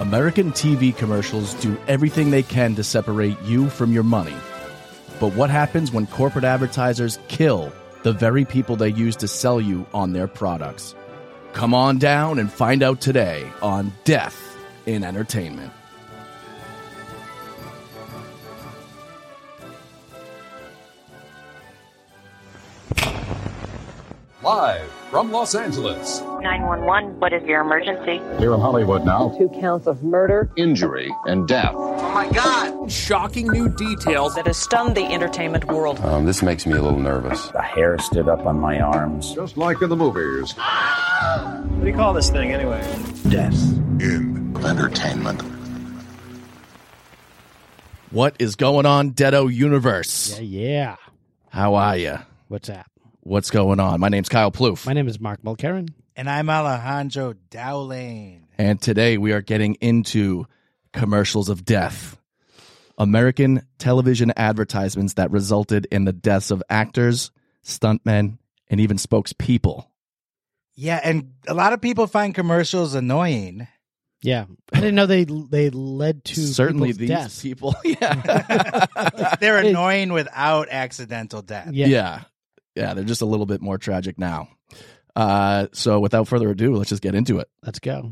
American TV commercials do everything they can to separate you from your money. But what happens when corporate advertisers kill the very people they use to sell you on their products? Come on down and find out today on Death in Entertainment. Live from Los Angeles. 911, what is your emergency? Here in Hollywood now. two counts of murder. Injury and death. Shocking new details. that has stunned the entertainment world. Um, this makes me a little nervous. The hair stood up on my arms. Just like in the movies. What do you call this thing anyway? Death. What is going on, Deado Universe? Yeah. How are you? What's up? What's going on? My name's Kyle Plouffe. My name is Mark Mulcairn. And I'm Alejandro Dowling. And today we are getting into commercials of death. American television advertisements that resulted in the deaths of actors, stuntmen, and even spokespeople. Yeah, and a lot of people find commercials annoying. Yeah. I didn't know they they led to Certainly people's these deaths. people. Yeah. They're It- annoying without accidental death. Yeah. yeah. Yeah, they're just a little bit more tragic now. Uh, so without further ado, let's just get into it. Let's go.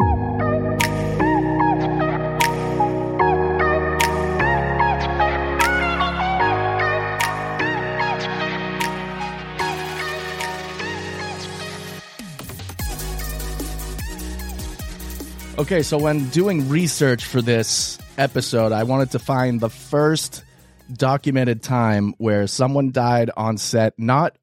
Okay, so when doing research for this episode, I wanted to find the first documented time where someone died on set, not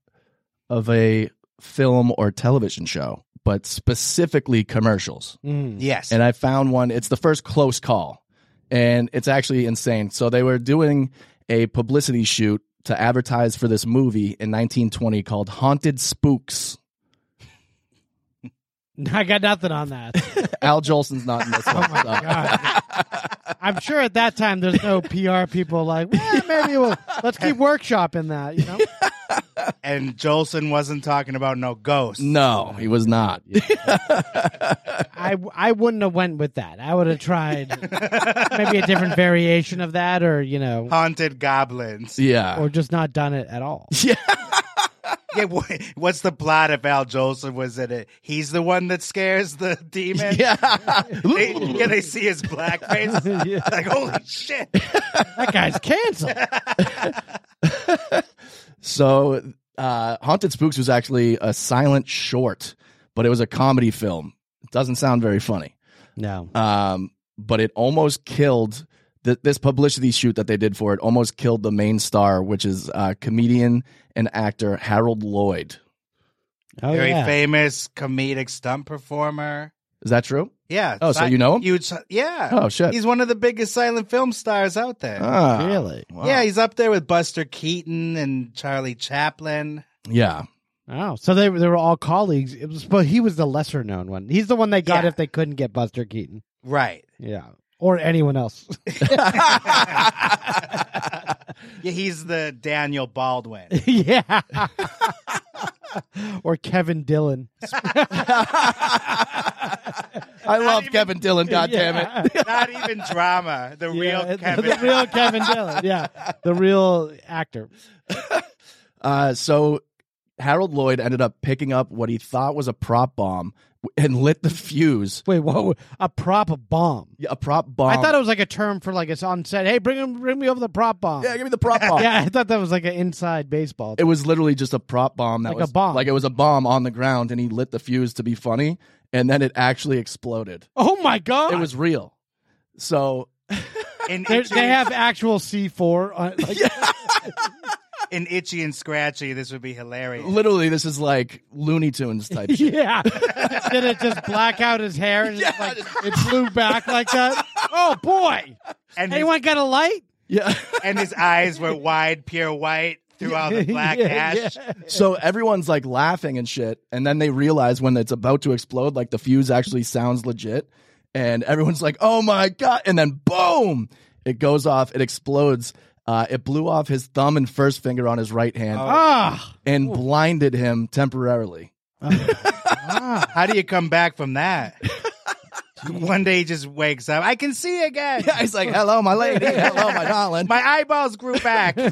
of a film or television show, but specifically commercials. Mm. Yes. And I found one, it's the first close call, and it's actually insane. So they were doing a publicity shoot to advertise for this movie in 1920 called Haunted Spooks. I got nothing on that. Oh Al Jolson's not in this one. so- God. I'm sure at that time there's no PR people like, well, maybe we'll let's keep workshopping that, you know? and Jolson wasn't talking about no ghosts. No, he was not. I, I wouldn't have went with that. I would have tried maybe a different variation of that or, you know, Haunted goblins. Yeah. or just not done it at all. Yeah, wha- what's the plot if Al Jolson was in it? He's the one that scares the demon. yeah. They, yeah, they see his black face. Like, holy shit. That guy's canceled. so, uh, Haunted Spooks was actually a silent short, but it was a comedy film. It doesn't sound very funny. No. Um, but it almost killed th- this publicity shoot that they did for it, almost killed the main star, which is uh, comedian and actor Harold Lloyd. Oh, Very yeah. famous comedic stunt performer. Is that true? Yeah. Oh, so si- you know him? Huge, yeah. Oh, shit. He's one of the biggest silent film stars out there. Oh, Ah, Really? wow. Yeah, he's up there with Buster Keaton and Charlie Chaplin. Yeah. Oh, so they they were all colleagues. It was, but he was the lesser known one. He's the one they got Yeah. if they couldn't get Buster Keaton. Right. Yeah, or anyone else. yeah, he's the Daniel Baldwin. yeah, or Kevin Dillon. I love even- Kevin Dillon, God damn it. Yeah. Not even drama. The Yeah, real Kevin. the real Kevin Dillon. Yeah, the real actor. Uh, so Harold Lloyd ended up picking up what he thought was a prop bomb and lit the fuse. Wait, what? A prop bomb. A prop bomb. I thought it was like a term for like it's on set. Hey, bring him, bring me over the prop bomb. Yeah, give me the prop bomb. Yeah, I thought that was like an inside baseball. It was literally just a prop bomb that Like a was bomb. like it was a bomb on the ground, and he lit the fuse to be funny, and then it actually exploded. oh my god! It was real. So An They- itchy, they have actual C four. uh, Like, an itchy and scratchy. This would be hilarious. literally, this is like Looney Tunes type shit. Yeah. Did it just black out his hair and just, like, it blew back like that? Oh boy. and, his, Anyone got a light? Yeah. and his eyes were wide, pure white through all the black Yeah, ash. yeah. So everyone's like laughing and shit, and then they realize when it's about to explode, like the fuse actually sounds legit, and everyone's like, "Oh my god!" And then boom, it goes off, it explodes. Uh, it blew off his thumb and first finger on his right Oh, hand Ah. and blinded him temporarily. How do you come back from that? one day he just wakes up. I can see again. He's like, hello, my lady. Hello, my darling. My eyeballs grew back. and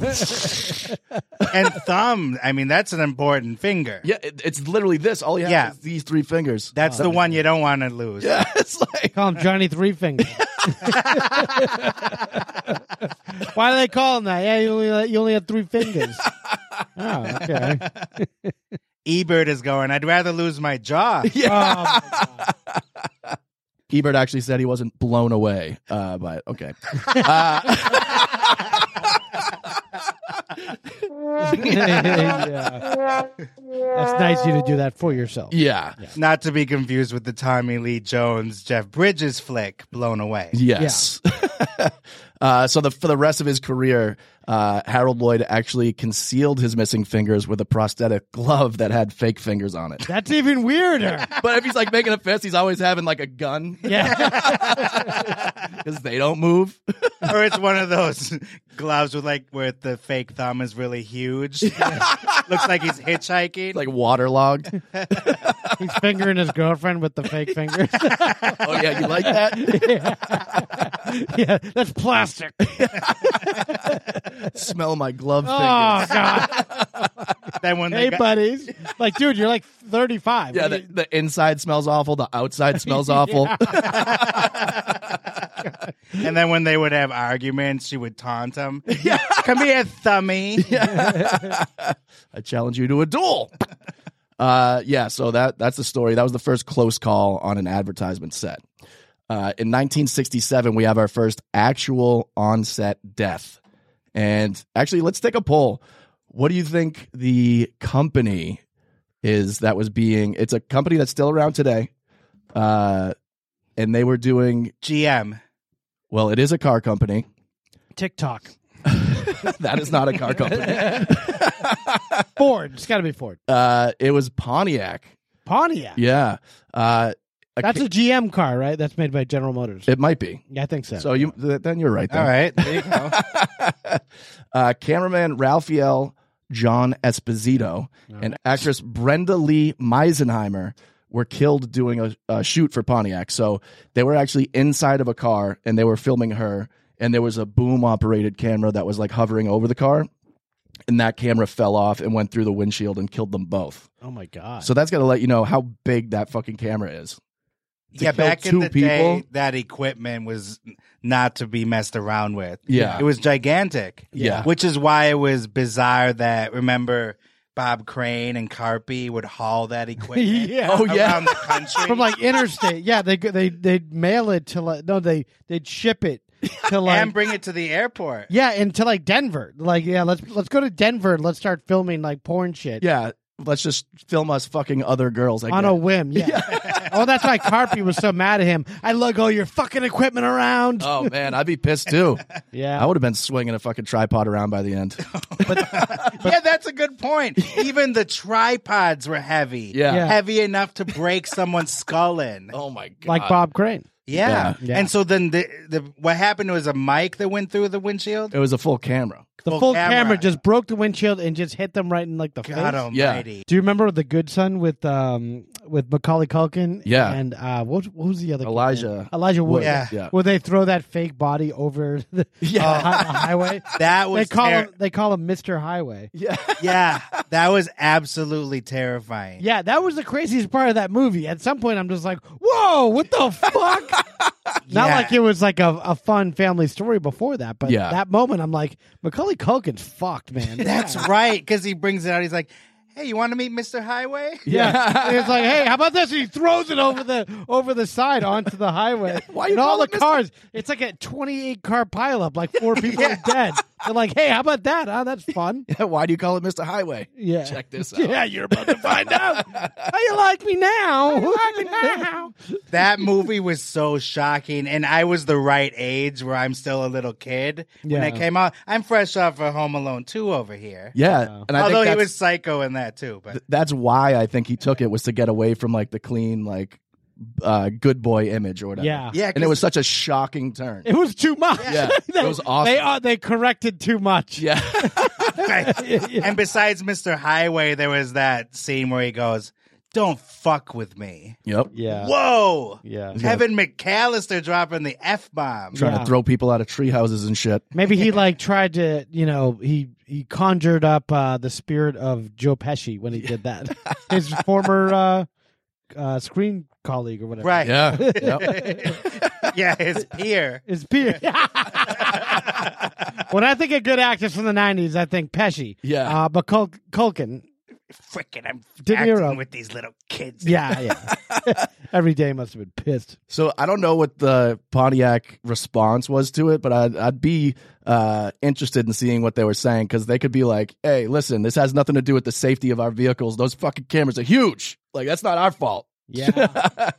thumb. I mean, that's an important finger. yeah, it, it's literally this. All you have Yeah. is these three fingers. Uh, That's the one you don't want to lose. yeah, it's like Call him Johnny Three Finger. Why do they call him that? Yeah, you only you only have three fingers. Oh, okay. Ebert is going, I'd rather lose my jaw. Um, Ebert actually said he wasn't blown away, uh, but okay. yeah. That's nice of you to do that for yourself. Yeah, Not to be confused with the Tommy Lee Jones, Jeff Bridges flick, Blown Away. yes. uh, so the for the rest of his career, uh, Harold Lloyd actually concealed his missing fingers with a prosthetic glove that had fake fingers on it. That's even weirder. But if he's like making a fist, he's always having like a gun Yeah. because they don't move. or it's one of those gloves with like where the fake thumb is really huge. Looks like he's hitchhiking. like waterlogged. He's fingering his girlfriend with the fake fingers. oh yeah, you like that? yeah, that's plastic. Smell my glove Oh fingers. god. then when Hey they got, buddies. Like, dude, you're like thirty five. Yeah, the, the inside smells awful. The outside smells awful. and then when they would have arguments, she would taunt him. Come here, thummy. I challenge you to a duel. Uh, yeah, so that that's the story. That was the first close call on an advertisement set. Uh, in 1967, we have our first actual onset death. And actually, let's take a poll. What do you think the company is that was being? It's a company that's still around today, uh, and they were doing GM. well. It is a car company. TikTok. that is not a car company. Ford. It's gotta be Ford. Uh, it was Pontiac. Pontiac. Yeah, uh, a That's a GM car, right? That's made by General Motors. It might be. Yeah, I think so. So you th- then you're right. Then. All right. There you go. uh, cameraman Ralphael John Esposito and actress Brenda Lee Meisenheimer were killed doing a, a shoot for Pontiac. So they were actually inside of a car and they were filming her. And there was a boom operated camera that was like hovering over the car. And that camera fell off and went through the windshield and killed them both. oh my god. So that's got to let you know how big that fucking camera is. To yeah, kill back in two the day, that equipment was not to be messed around with. Yeah. It was gigantic. Yeah. Which is why it was bizarre that, remember, Bob Crane and Carpy would haul that equipment Yeah. Oh, yeah. around the country. From like interstate. Yeah, they they they'd mail it to like no, they they'd ship it to like and bring it to the airport. Yeah, and to like Denver. Like, yeah, let's let's go to Denver and let's start filming like porn shit. Yeah. Let's just film us fucking other girls. I On a guess. whim, yeah. oh, that's why Carpy was so mad at him. I lug all your fucking equipment around. oh, man. I'd be pissed too. I yeah, would have been swinging a fucking tripod around by the end. yeah, that's a good point. Even the tripods were heavy. Yeah. Yeah. Heavy enough to break someone's skull in. oh my god. like Bob Crane. Yeah. Yeah. Yeah. And so then the, the what happened was a mic that went through the windshield. It was a full camera. The Full full camera. camera. just broke the windshield and just hit them right in like the God face. Yeah. almighty. Do you remember The Good Son with um with Macaulay Culkin? Yeah. and uh, what what was the other kid's Elijah name? Elijah Wood? Wood. Yeah. Yeah. where they throw that fake body over the, the hi- the highway. That They was call ter- him they call him Mister Highway. yeah, that was absolutely terrifying. Yeah, that was the craziest part of that movie. At some point, I'm just like, whoa, what the fuck? Not Yeah. like it was like a, a fun family story before that, but Yeah. that moment, I'm like, Macaulay Culkin's fucked, man. That's right, because he brings it out. He's like, "Hey, you want to meet Mr. Highway?" yeah. it's like, hey, how about this? And he throws it over the over the side onto the highway. Why you and all call the it Mr. cars? It's like a 28 car pileup. Like four people are dead. They're like, hey, how about that? Huh? That's fun. Why do you call it Mr. Highway? Yeah. Check this out. Yeah, you're about to find out. How you like me Oh, now? now? That movie was so shocking, and I was the right age where I'm still a little kid when Yeah. it came out. I'm fresh off of Home Alone two over here. Yeah. And I Although think he that's, was psycho in that too, but that's why I think he took it was to get away from like the clean like uh, good boy image or whatever. Yeah. yeah, And it was such a shocking turn. It was too much. Yeah, it was awesome. They uh, they corrected too much. yeah. and besides Mr. Highway, there was that scene where he goes, don't fuck with me. Yep. Yeah. Whoa. Yeah. Kevin McAllister dropping the F bomb. Trying Yeah. to throw people out of tree houses and shit. Maybe he like tried to, you know, he he conjured up uh, the spirit of Joe Pesci when he did that. His former uh, uh, screen colleague or whatever. Right. Yeah. Yep. yeah, his peer. His peer. when I think of good actors from the '90s, I think Pesci. Yeah. Uh, but Cul- Culkin. Freaking, I'm De Niro. acting with these little kids. Yeah, yeah. Every day must have been pissed. So I don't know what the Pontiac response was to it, but I'd, I'd be uh, interested in seeing what they were saying because they could be like, "Hey, listen, this has nothing to do with the safety of our vehicles. Those fucking cameras are huge. Like that's not our fault." Yeah.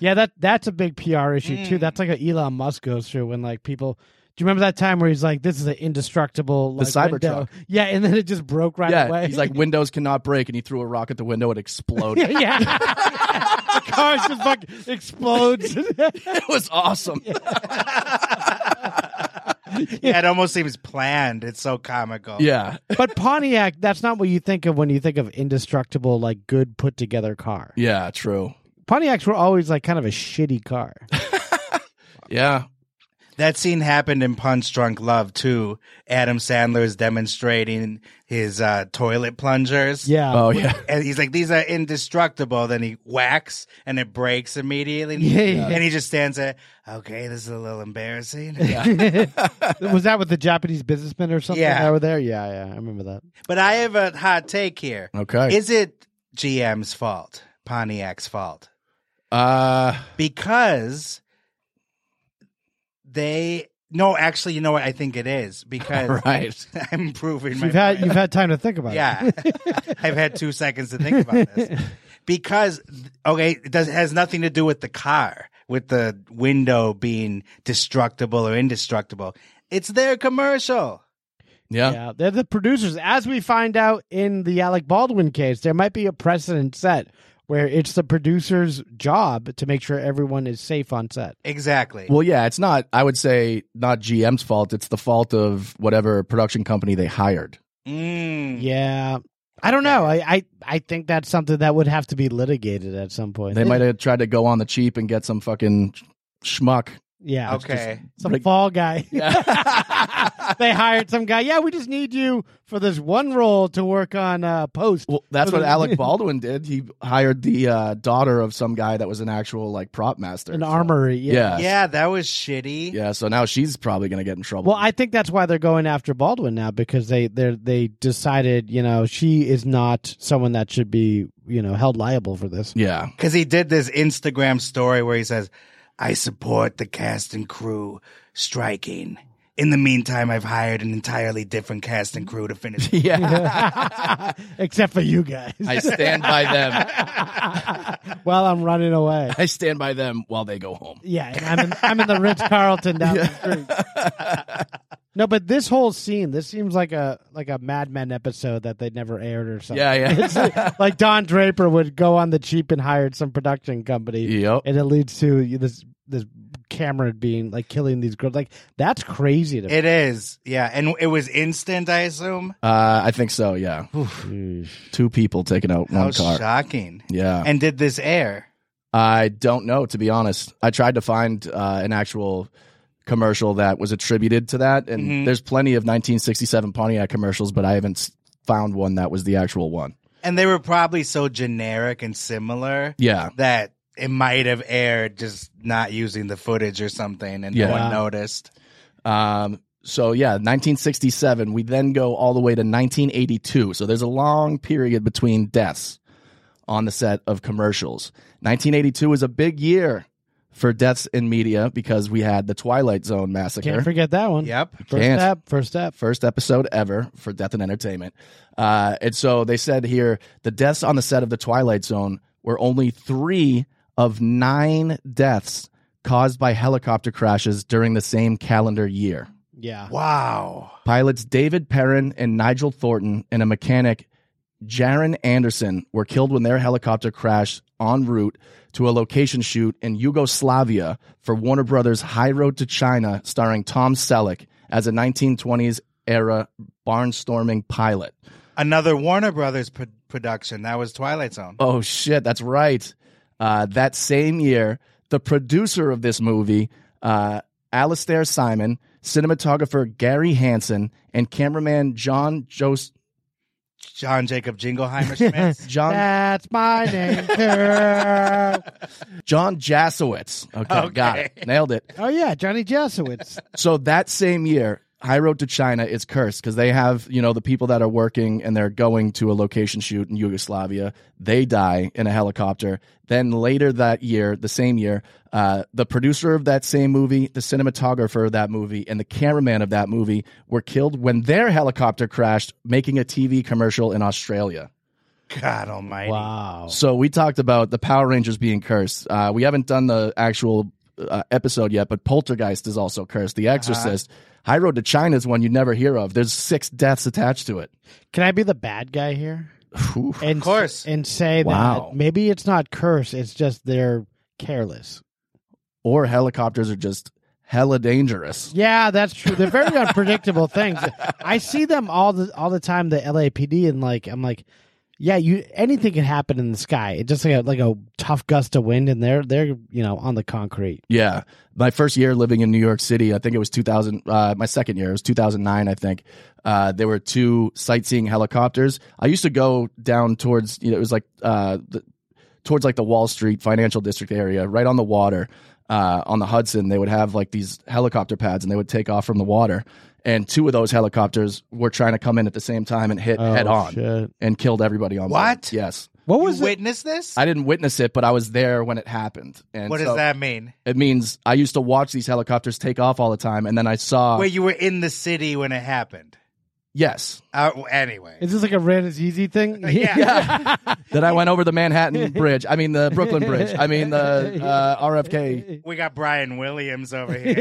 Yeah, that that's a big PR issue too. Mm. That's like what Elon Musk goes through when like people. Do you remember that time where he's like, "This is an indestructible The like, Cybertruck. window." Yeah, and then it just broke right yeah, away. he's like, "Windows cannot break," and he threw a rock at the window. It exploded. "Yeah, the car just fuck explodes." it was awesome. Yeah, it almost seems planned. It's so comical. Yeah, but Pontiac, that's not what you think of when you think of indestructible, like good put together car. yeah, true. Pontiacs were always like kind of a shitty car. Yeah, That scene happened in Punch Drunk Love too. Adam Sandler is demonstrating his uh, toilet plungers. Yeah. oh yeah, And he's like, these are indestructible. Then he whacks and it breaks immediately. Yeah, yeah. And he just stands there, okay, this is a little embarrassing. was that with the Japanese businessmen or something Yeah. that were there? Yeah, yeah, I remember that. But I have a hot take here. okay. Is it GM's fault, Pontiac's fault? uh, Because they. No, actually, you know what? I think it is because right. I'm proving my You've had point. you've had time to think about it. Yeah. I've had two seconds to think about this. Because, okay, it does, has nothing to do with the car, with the window being destructible or indestructible. It's their commercial. Yeah. Yeah, they're the producers. As we find out in the Alec Baldwin case, there might be a precedent set where it's the producer's job to make sure everyone is safe on set. Exactly. Well, yeah, it's not. I would say not GM's fault. It's the fault of whatever production company they hired. Mm. Yeah. I don't know. I, I, I think that's something that would have to be litigated at some point. They might have tried to go on the cheap and get some fucking schmuck. Yeah. Okay. Some fall guy. they hired some guy. Yeah, we just need you for this one role to work on uh, post. Well, that's For what the- Alec Baldwin did. He hired the uh, daughter of some guy that was an actual like prop master, an So- armory. Yeah. Yeah. Yeah, that was shitty. Yeah, so now she's probably gonna get in trouble. Well, I think that's why they're going after Baldwin now because they they they decided you know she is not someone that should be you know held liable for this. yeah, Because he did this Instagram story where he says, I support the cast and crew striking. In the meantime, I've hired an entirely different cast and crew to finish. yeah. Except for you guys. I stand by them. While I'm running away. I stand by them while they go home. Yeah, and I'm in, I'm in the Ritz Carlton down the street. No, but this whole scene, this seems like a like a Mad Men episode that they never aired or something. Yeah, yeah. like Don Draper would go on the cheap and hired some production company. Yep. and it leads to this this Cameron being like killing these girls. Like that's crazy to me. It is. Yeah. And it was instant, I assume. Uh, I think so. Yeah, two people taking out How one car. shocking. Yeah, And did this air? I don't know, to be honest. I tried to find uh, an actual commercial that was attributed to that, and Mhm. there's plenty of 1967 Pontiac commercials, but I haven't s- found one that was the actual one. And they were probably so generic and similar Yeah, that it might have aired just not using the footage or something and Yeah. no one noticed. Um, so yeah, 1967. We then go all the way to 1982. So there's a long period between deaths on the set of commercials. 1982 is a big year for deaths in media because we had the Twilight Zone massacre. Can't forget that one. Yep. 1st Can't. step. First step. first episode ever for Death and Entertainment. Uh, and so they said here the deaths on the set of The Twilight Zone were only three of nine deaths caused by helicopter crashes during the same calendar year. Yeah. Wow. Pilots David Perrin and Nigel Thornton and a mechanic, Jaron Anderson, were killed when their helicopter crashed en route to a location shoot in Yugoslavia for Warner Brothers' High Road to China, starring Tom Selleck as a 1920s era barnstorming pilot. another Warner Brothers pro- production. That was Twilight Zone. Oh shit, that's right. Uh, that same year, the producer of this movie, uh, Alastair Simon, cinematographer Gary Hansen, and cameraman John Jos- John Jacob Jingleheimer Schmidt. John That's my name too. John Jasowitz. Okay, got it, nailed it. oh yeah, Johnny Jasowitz. So that same year, High Road to China is cursed because they have, you know, the people that are working and they're going to a location shoot in Yugoslavia. They die in a helicopter. Then later that year, the same year, uh, the producer of that same movie, the cinematographer of that movie, and the cameraman of that movie were killed when their helicopter crashed, making a TV commercial in Australia. God Almighty. Wow. So we talked about the Power Rangers being cursed. Uh, we haven't done the actual uh, episode yet, but Poltergeist is also cursed. The Exorcist, High Road to China is one you never hear of. There's six deaths attached to it. Can I be the bad guy here? Whew. And Of course. and say Wow. that maybe it's not curse. It's just they're careless. Or helicopters are just hella dangerous. Yeah, that's true. They're very unpredictable things. I see them all the all the time. The LAPD and like I'm like, yeah, you anything can happen in the sky. It just like a like a tough gust of wind, and they're they're you know on the concrete. Yeah. My first year living in New York City, I think it was 2000, uh, my second year, it was 2009, I think. Uh, there were two sightseeing helicopters. I used to go down towards, you know, it was like, uh, the, towards like the Wall Street financial district area, right on the water, uh, on the Hudson. They would have like these helicopter pads and they would take off from the water. And two of those helicopters were trying to come in at the same time and hit Oh, head on shit. and killed everybody on board. What? Yes. What You was it? witnessed this? I didn't witness it, but I was there when it happened. And what so- does that mean? it means I used to watch these helicopters take off all the time, and then I saw. Where you were in the city when it happened. yes, Uh, well, anyway. Is this like a ran is easy thing? Yeah. that I went over the Manhattan Bridge. I mean the Brooklyn Bridge. I mean the uh, RFK. We got Brian Williams over here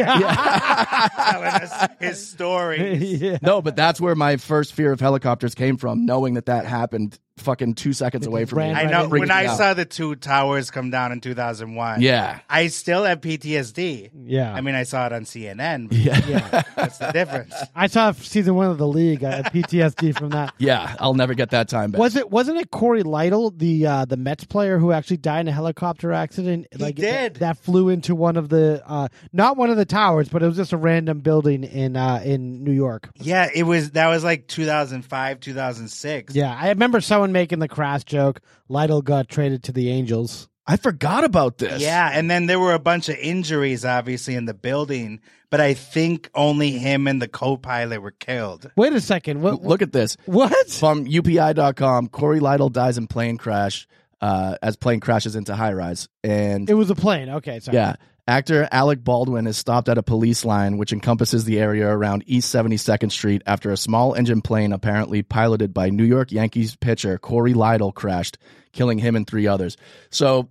telling us his story. yeah. No, but that's where my first fear of helicopters came from, knowing that that happened fucking two seconds away from me. ran I right know into when I Freaking out. saw the two towers come down in 2001. Yeah. I still have PTSD. Yeah. I mean, I saw it on CNN. but Yeah. That's the difference. I saw season one of the league. uh, I had PTSD from that. Yeah, I'll never get that time back. Was it wasn't it Corey Lytle, the uh, the Mets player who actually died in a helicopter accident? He did. that, that flew into one of the uh, not one of the towers, but it was just a random building in uh, in New York. Yeah, it was. That was like 2005, 2006. Yeah, I remember someone making the crass joke. Lytle got traded to the Angels. I forgot about this. Yeah, and then there were a bunch of injuries, obviously, in the building. But I think only him and the co-pilot were killed. Wait a second. What? Look at this. what? From UPI.com, Corey Lytle dies in plane crash uh, as plane crashes into high rise. And It was a plane. Okay, sorry. Yeah. Actor Alec Baldwin is stopped at a police line, which encompasses the area around East 72nd Street, after a small engine plane, apparently piloted by New York Yankees pitcher Corey Lytle, crashed, killing him and three others. So,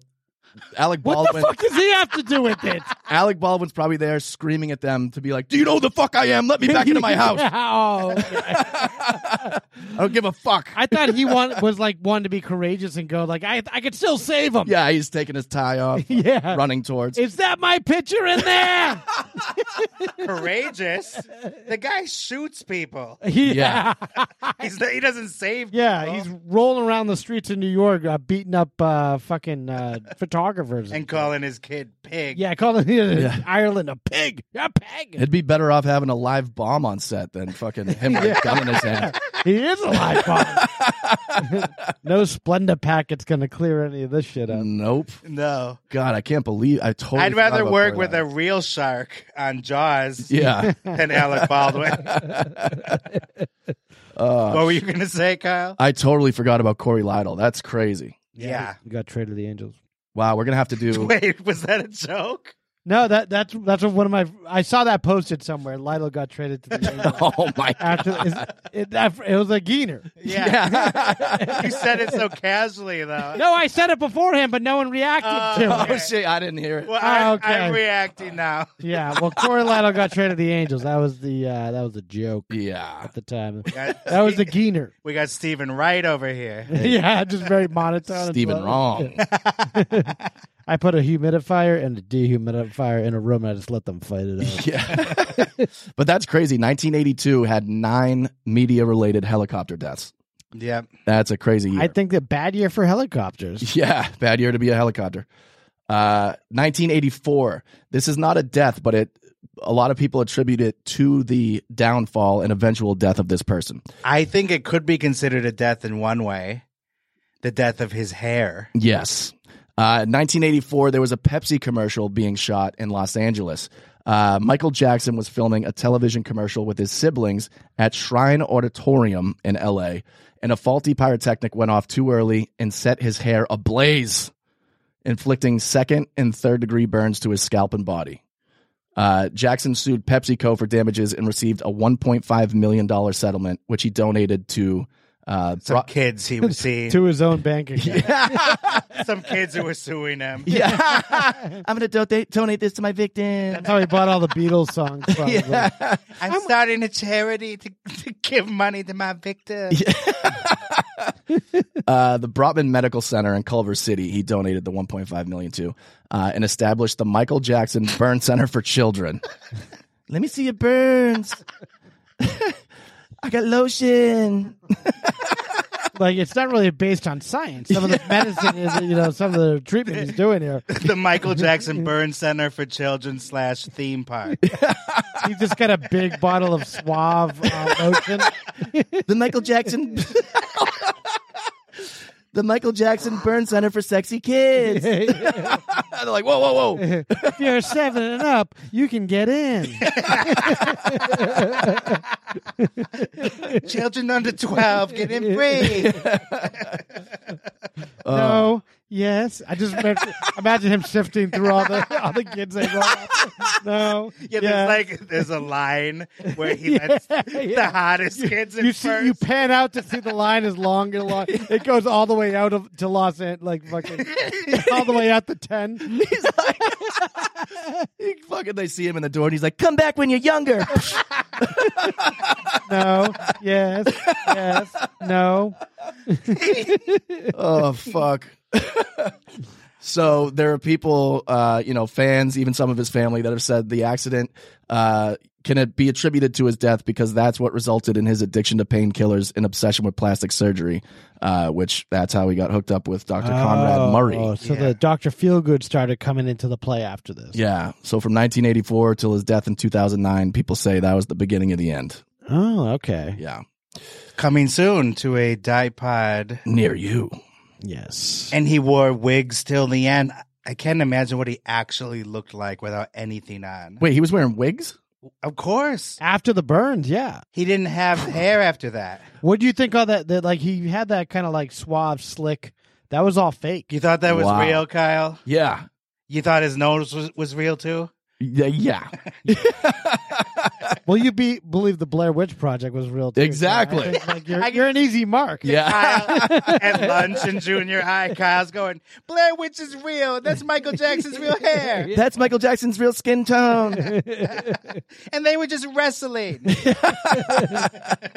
Alec What Baldwin, the fuck does he have to do with it? Alec Baldwin's probably there screaming at them to be like, "Do you know who the fuck I am? Let me back into my house. Oh, okay. I don't give a fuck." I thought he want, was like one to be courageous and go like I I could still save him. yeah, he's taking his tie off, Yeah. running towards. Is that my picture in there? Courageous. The guy shoots people. Yeah. He's, he doesn't save. Yeah, people. he's rolling around the streets of New York, uh, beating up uh, fucking uh, photographers. and calling his kid pig. yeah, calling Ireland a pig. A pig. It'd be better off having a live bomb on set than fucking him with a gun in his hand. he is a live bomb. no Splenda packet's going to clear any of this shit up. Nope. No, God, I can't believe I totally. I'd forgot rather about work Bird with Eye. a real shark on Jaws Yeah. than Alec Baldwin. what were you gonna say, Kyle? I totally forgot about Corey Lytle. That's crazy. Yeah. You got traded to the Angels. Wow, we're gonna have to do Wait, was that a joke? No, that that's that's what one of my I saw that posted somewhere. Lytle got traded to the Angels. Oh my After is, it, that- it was a geener. Yeah. you said it so casually, though. No, I said it beforehand, but no one reacted to it. Oh shit, I didn't hear it. Well, I'm, Ah, okay. I'm reacting now. Yeah, well, Corey Lytle got traded to the Angels. That was the uh, that was a joke Yeah. at the time. got- That was the Geener. We got Stephen Wright over here. yeah, just very monotone. and Steven slow. wrong. I put a humidifier and a dehumidifier in a room, and I just let them fight it out. Yeah. but that's crazy. 1982 had nine media related helicopter deaths. Yep. That's a crazy year. I think that bad year for helicopters. Yeah, bad year to be a helicopter. Uh, 1984. This is not a death, but it a lot of people attribute it to the downfall and eventual death of this person. I think it could be considered a death in one way the death of his hair. Yes. Uh, 1984, there was a Pepsi commercial being shot in Los Angeles. Uh, Michael Jackson was filming a television commercial with his siblings at Shrine Auditorium in LA, and a faulty pyrotechnic went off too early and set his hair ablaze, inflicting second and third degree burns to his scalp and body. Uh, Jackson sued PepsiCo for damages and received a $1.5 million settlement, which he donated to uh, Some Bro- kids he would see. To his own bank account. Some kids who were suing him. Yeah. I'm going to donate, donate this to my victim. That's how he bought all the Beatles songs. Probably. I'm, starting a charity to, to give money to my victim. Uh, the Brotman Medical Center in Culver City, he donated the 1.5 million to uh, and established the Michael Jackson Burn Center for Children. Let me see your burns. I got lotion. Like it's not really based on science. Some of the medicine is, you know, some of the treatment he's doing here. The Michael Jackson Burn Center for Children slash theme park. He just got a big bottle of Suave uh, lotion. The Michael Jackson The Michael Jackson Burn Center for Sexy Kids. if They're like, "Whoa, whoa, whoa." you're seven and up, you can get in. Children under 12, get in free. Uh, no, yes. I just imagine, imagine him sifting through all the all the kids they roll up. No, Yeah, yes. there's like there's a line where he lets the yeah. hottest kids in you see, first. you pan out to see the line is long and long. It goes all the way out of to Los Angeles, like fucking all the way out to ten. He's like, he fucking, they see him in the door, and he's like, "Come back when you're younger." No, yes, yes, no. oh fuck. so there are people, uh, you know, fans, even some of his family, that have said the accident uh, can it be attributed to his death because that's what resulted in his addiction to painkillers and obsession with plastic surgery, uh, which that's how he got hooked up with Dr. Conrad Murray. Oh, so the Doctor Feelgood started coming into the play after this. Yeah. So from 1984 till his death in 2009, people say that was the beginning of the end. Oh, okay. Yeah. Coming soon to a dye pod. Near you. Yes. And he wore wigs till the end. I can't imagine what he actually looked like without anything on. Wait, he was wearing wigs? Of course. After the burns, yeah. He didn't have hair after that. What do you think all that? That like he had that kind of like suave, slick. That was all fake. You thought that was Wow. real, Kyle? Yeah. You thought his nose was, was real too? Yeah. yeah. Well, you be believe the Blair Witch Project was real. Too, so I Exactly. think, like, you're, you're an easy mark. Kyle, at lunch in junior high, Kyle's going, Blair Witch is real. That's Michael Jackson's real hair. That's Michael Jackson's real skin tone. And they were just wrestling.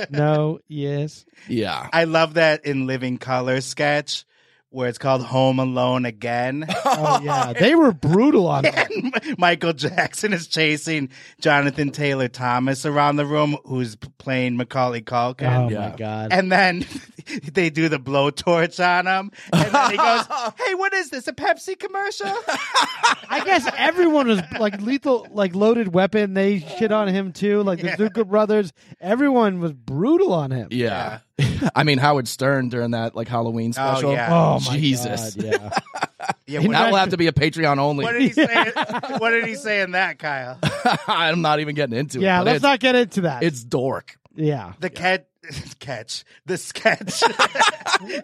No. Yes. yeah. I love that in Living Color sketch where it's called Home Alone Again. Oh yeah. They were brutal on that. and Michael Jackson is chasing Jonathan Taylor Thomas around the room, who's p- playing Macaulay Culkin. Oh Yeah. my god. And then they do the blowtorch on him. And then he goes, Hey, what is this? A Pepsi commercial? I guess everyone was like lethal, like loaded weapon. They shit on him too. Like the Zucker brothers. Everyone was brutal on him. Yeah. I mean, Howard Stern during that like Halloween Oh, special. yeah. Oh my Jesus. God, yeah. yeah, That what, will have to be a Patreon only. what did he say? what did he say in that, Kyle? I'm not even getting into yeah. it. but Let's it's, not get into that. It's dork. yeah. The cat catch. The sketch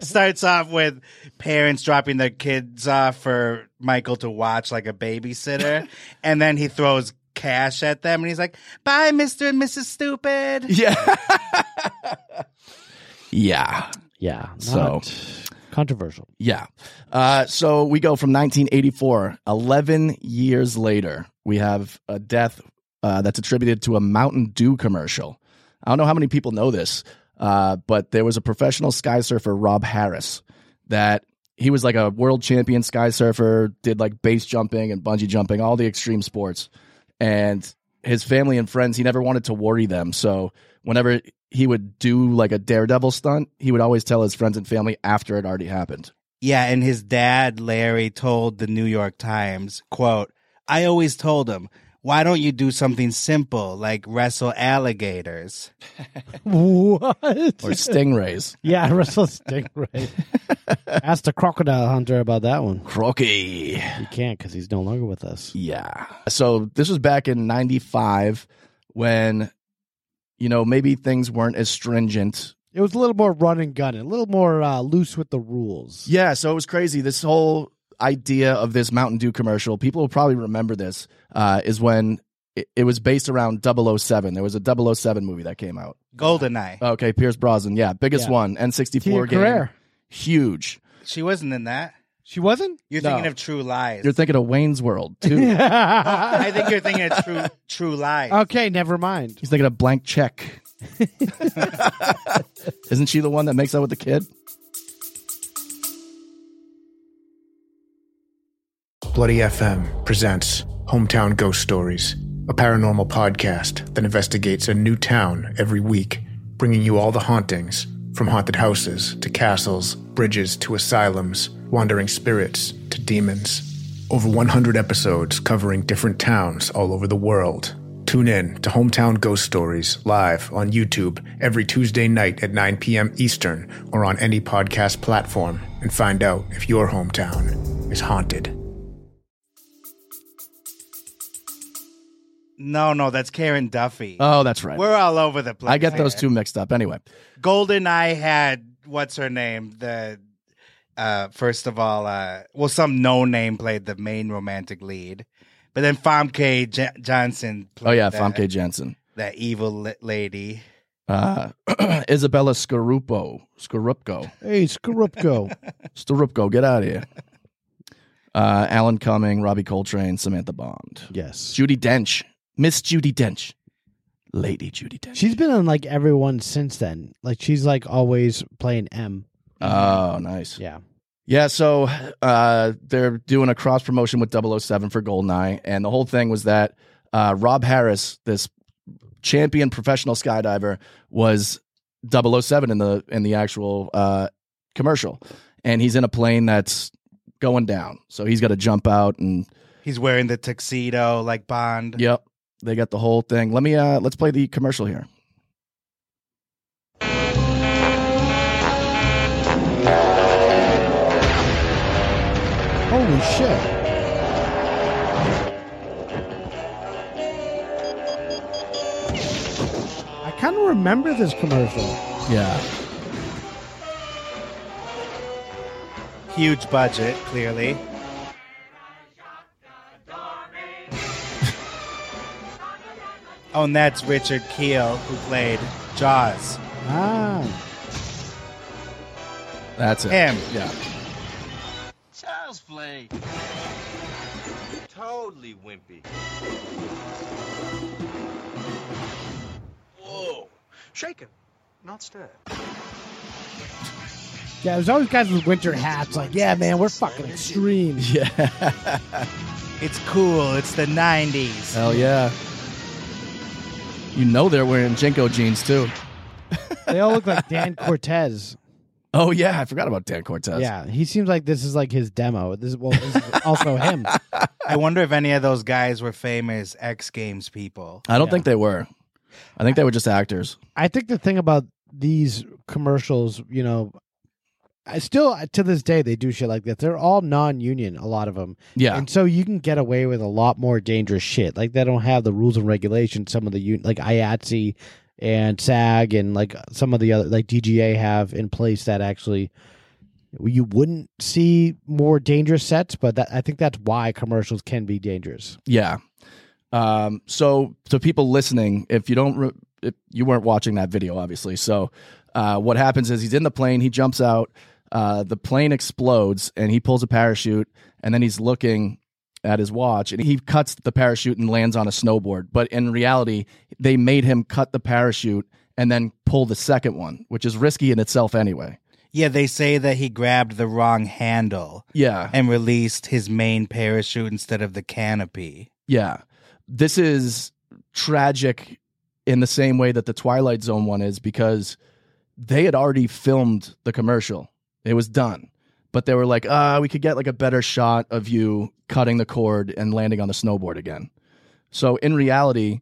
starts off with parents dropping their kids off for Michael to watch like a babysitter, and then he throws cash at them, and he's like, "Bye, Mister and Mrs. Stupid." Yeah. yeah. Yeah. So- not controversial. Yeah. Uh, so we go from 1984, 11 years later, we have a death uh, that's attributed to a Mountain Dew commercial. I don't know how many people know this, uh, but there was a professional sky surfer, Rob Harris, that he was like a world champion sky surfer, did like base jumping and bungee jumping, all the extreme sports. And his family and friends, he never wanted to worry them. So whenever he would do like a daredevil stunt, he would always tell his friends and family after it already happened. Yeah, and his dad, Larry, told the New York Times, quote, I always told him, why don't you do something simple like wrestle alligators? What? Or stingrays. yeah, Russell Stingray. Asked a crocodile hunter about that one. Croaky. He can't because he's no longer with us. Yeah. So this was back in 95 when, you know, maybe things weren't as stringent. It was a little more run and gun, a little more uh, loose with the rules. Yeah. So it was crazy. This whole idea of this Mountain Dew commercial, people will probably remember this, uh, is when it, it was based around 007. There was a 007 movie that came out. Goldeneye. Okay. Pierce Brosnan. Yeah. Biggest Yeah. one. Tia N64 game. Carrere. Huge. She wasn't in that. She wasn't. You're No. thinking of True Lies. You're thinking of Wayne's World, too. I think you're thinking of True True Lies. okay, never mind. He's thinking of Blank Check. Isn't she the one that makes out with the kid? Bloody FM presents Hometown Ghost Stories, a paranormal podcast that investigates a new town every week, bringing you all the hauntings from haunted houses to castles, bridges to asylums, wandering spirits to demons. Over 100 episodes covering different towns all over the world. Tune in to Hometown Ghost Stories live on YouTube every Tuesday night at 9 p.m. Eastern or on any podcast platform and find out if your hometown is haunted. No, no, that's Karen Duffy. Oh, that's right. We're all over the place. I get those two mixed up. Anyway, Goldeneye had what's her name? The uh first of all, uh well some no name played the main romantic lead. But then Famke J- Johnson oh played yeah, the- Famke Jensen, that evil li- lady. uh, Isabella Scaruppo, Scarupco, Hey, Skorupko. Scarupco, get out of here. Uh, Alan Cumming, Robbie Coltrane, Samantha Bond, yes, Judy Dench, Miss Judy Dench, Lady Judy Dench. she's been on like everyone since then. Like she's like always playing M. oh, nice. Yeah. Yeah, so uh, they're doing a cross promotion with 007 for Goldeneye, and the whole thing was that uh, Rob Harris, this champion professional skydiver, was 007 in the in the actual uh, commercial, and he's in a plane that's going down, so he's got to jump out, and He's wearing the tuxedo like Bond. yep, they got the whole thing. Let me uh, let's play the commercial here. Holy shit! I kind of remember this commercial. Yeah, Huge budget, clearly. oh, and that's Richard Keel who played Jaws. Ah, that's it. Him. Yeah, Child's play. Totally wimpy. Whoa. Shaken, not stirred. yeah. There's always guys with winter hats. Like, yeah, man, we're fucking extreme. yeah, It's cool. It's the 90s. hell yeah. You know they're wearing Jinko jeans too. They all look like Dan Cortez. Oh yeah, I forgot about Dan Cortez. Yeah, he seems like this is like his demo. This is well, this is also him. I wonder if any of those guys were famous X Games people. I don't Yeah. think they were. I think they were just actors. I think the thing about these commercials, you know, I still to this day they do shit like that. They're all non-union, a lot of them. Yeah. And so you can get away with a lot more dangerous shit. Like they don't have the rules and regulations some of the un- like IATSE and SAG and like some of the other like DGA have in place that actually you wouldn't see more dangerous sets, but that, I think that's why commercials can be dangerous. yeah. Um, so to people listening, if you don't, re- if you weren't watching that video, obviously. So uh, what happens is he's in the plane, he jumps out, uh, the plane explodes, and he pulls a parachute, and then he's looking at his watch, and he cuts the parachute and lands on a snowboard. But in reality, they made him cut the parachute and then pull the second one, which is risky in itself anyway. Yeah, they say that he grabbed the wrong handle Yeah. and released his main parachute instead of the canopy. Yeah. This is tragic in the same way that the Twilight Zone one is because they had already filmed the commercial. It was done. But they were like, ah, we could get like a better shot of you cutting the cord and landing on the snowboard again. So in reality,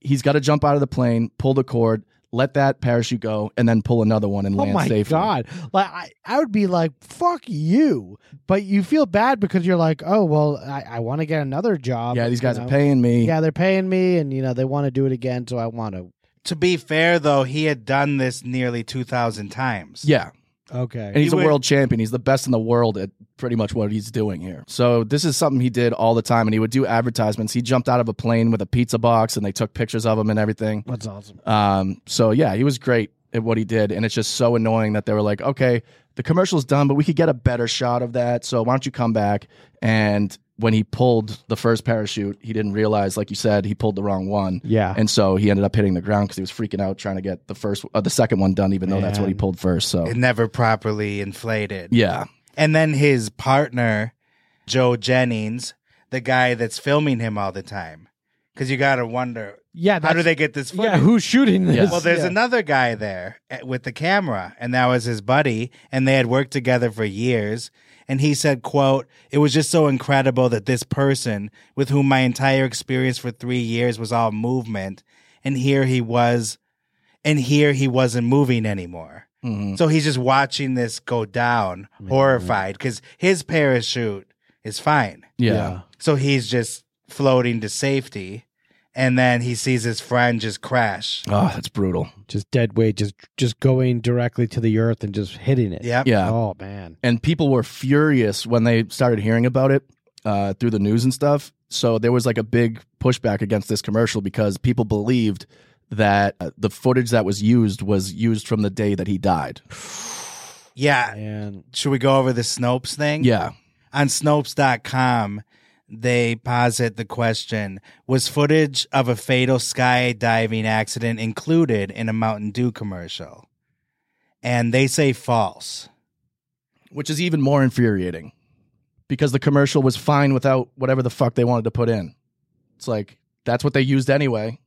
he's got to jump out of the plane, pull the cord, let that parachute go, and then pull another one and Oh land my safely. god! Like I, I would be like, "Fuck you," but you feel bad because you're like, "Oh well, I, I want to get another job." Yeah, these you guys know? are paying me. Yeah, they're paying me, and you know they want to do it again, so I want to. To be fair, though, he had done this nearly 2,000 times. Yeah. And Okay. he's He a went- world champion. He's the best in the world at pretty much what he's doing here. So this is something he did all the time, and he would do advertisements. He jumped out of a plane with a pizza box, and they took pictures of him and everything. That's awesome. Um, so yeah, he was great at what he did, and it's just so annoying that they were like, okay, the commercial's done, but we could get a better shot of that. So why don't you come back? And when he pulled the first parachute, he didn't realize, like you said, he pulled the wrong one. Yeah. And so he ended up hitting the ground because he was freaking out trying to get the first, uh, the second one done, even though that's what he Man. pulled first. So It never properly inflated. yeah, And then his partner, Joe Jennings, the guy that's filming him all the time. Because you got to wonder, Yeah. how do that's- they get this footage? Yeah, who's shooting this? Yeah. Well, there's Yeah. another guy there eh, with the camera, and that was his buddy, and they had worked together for years. And he said, "quote It was just so incredible that this person, with whom my entire experience for three years was all movement, and here he was, and here he wasn't moving anymore. Mhm. So he's just watching this go down, Mm-hmm. horrified, because his parachute is fine. yeah. So he's just floating to safety." And then he sees his friend just crash. Oh, that's brutal. Just dead weight, just just going directly to the earth and just hitting it. Yep. Yeah. Oh man. And people were furious when they started hearing about it uh, through the news and stuff. So there was like a big pushback against this commercial because people believed that uh, the footage that was used was used from the day that he died. Yeah. And Should we go over the Snopes thing? Yeah. On Snopes.com, they posit the question Was footage of a fatal skydiving accident included in a Mountain Dew commercial? And they say false. Which is even more infuriating because the commercial was fine without whatever the fuck they wanted to put in. It's like, that's what they used anyway.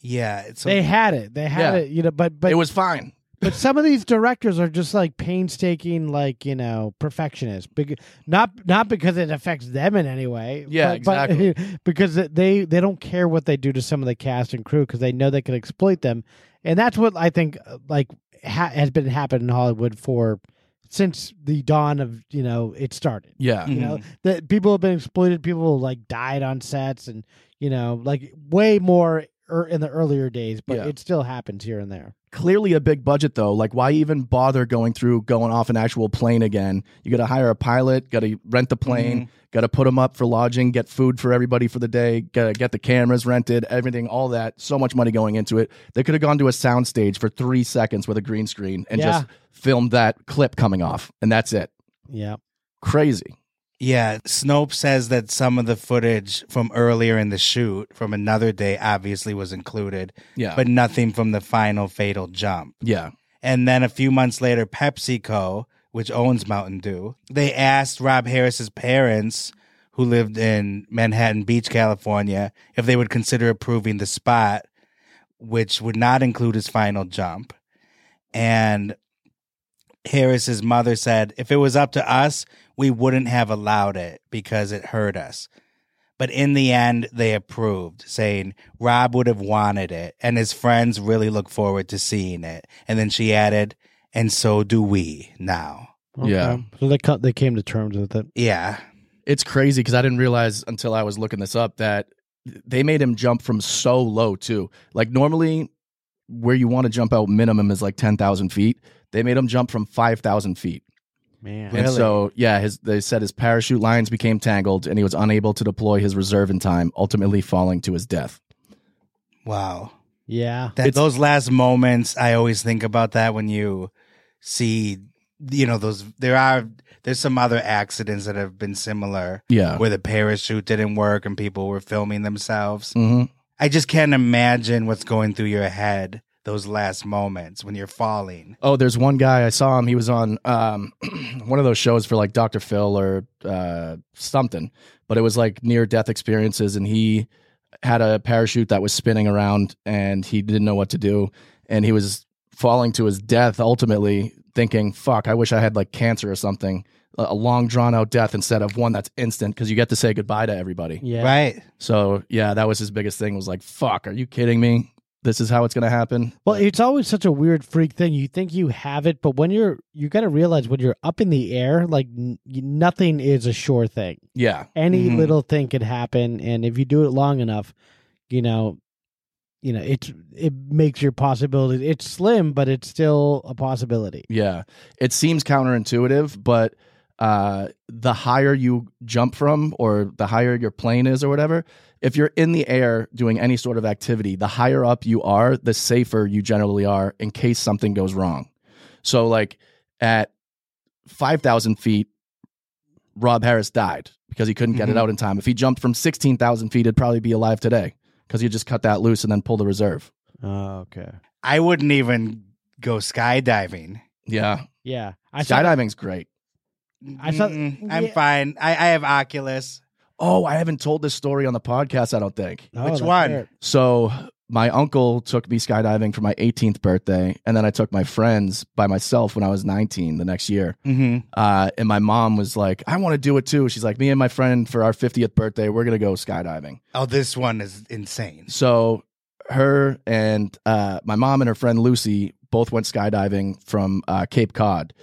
Yeah. It's they had it. They had Yeah. it. You know, but but it was fine. But some of these directors are just like painstaking, like you know, perfectionists. Big, not not because it affects them in any way. Yeah, but, exactly. But because they they don't care what they do to some of the cast and crew because they know they can exploit them, and that's what I think uh, like ha- has been happening in Hollywood for since the dawn of you know it started. Yeah. Mm-hmm. You know that people have been exploited. People like died on sets, and you know, like way more er- in the earlier days. But Yeah. it still happens here and there. clearly a big budget though like why even bother going through going off an actual plane again you gotta hire a pilot gotta rent the plane gotta put them up for lodging get food for everybody for the day gotta get the cameras rented everything all that so much money going into it they could have gone to a sound stage for three seconds with a green screen and just filmed that clip coming off and that's it Yeah. crazy Yeah, Snopes says that some of the footage from earlier in the shoot from another day obviously was included, yeah but nothing from the final fatal jump. yeah And then a few months later, PepsiCo, which owns Mountain Dew, they asked Rob Harris's parents, who lived in Manhattan Beach, California, if they would consider approving the spot, which would not include his final jump. And Harris's mother said, if it was up to us, we wouldn't have allowed it because it hurt us. But in the end, they approved, saying Rob would have wanted it, and his friends really look forward to seeing it. And then she added, and so do we now. Yeah. So they cut. They came to terms with it. Yeah. it's crazy because i didn't realize until i was looking this up that they made him jump from so low too like normally where you want to jump out minimum is like 10,000 feet. They made him jump from 5,000 feet. Man. And so, yeah, his, they said his parachute lines became tangled and he was unable to deploy his reserve in time, ultimately falling to his death. Wow. yeah. That, those last moments, I always think about that when you see, you know, those, there are, there's some other accidents that have been similar Yeah. where the parachute didn't work and people were filming themselves. hmm I just can't imagine what's going through your head those last moments when you're falling. Oh, there's one guy I saw him. He was on um, one of those shows for like Dr. Phil or uh, something, but it was like near death experiences. And he had a parachute that was spinning around and he didn't know what to do and he was falling to his death ultimately thinking fuck i wish i had like cancer or something a a long drawn out death instead of one that's instant because you get to say goodbye to everybody Yeah. Right. so yeah that was his biggest thing was like fuck are you kidding me this is how it's gonna happen Well, it's always such a weird freak thing. You think you have it, but when you're you got to realize when you're up in the air, like n- you- nothing is a sure thing. yeah Mm-hmm. Any Mhm. little thing could happen, and if you do it long enough, you know, you know, it's it makes your possibilities. It's slim, but it's still a possibility. Yeah. It seems counterintuitive, but uh, the higher you jump from or the higher your plane is or whatever, if you're in the air doing any sort of activity, the higher up you are, the safer you generally are in case something goes wrong. So, like at 5,000 feet, Rob Harris died because he couldn't get Mm-hmm. it Mhm. out in time. If he jumped from 16,000 feet, he'd probably be alive today because he just cut that loose and then pull the reserve. Oh, okay. I wouldn't even go skydiving. Yeah. Yeah, I saw that- Skydiving's great. I saw- Mm-mm, Mm, I'm yeah. fine. I, I have Oculus. Oh, I haven't told this story on the podcast, I don't think. Oh, Which that's one? weird. So my uncle took me skydiving for my 18th birthday, and then I took my friends by myself when I was 19 the next year. Mm-hmm. Uh, and my mom was like, "I want to do it too." She's like, "Me and my friend for our 50th birthday, we're gonna go skydiving." Oh, this one is insane. So her and uh, my mom and her friend Lucy both went skydiving from uh, Cape Cod,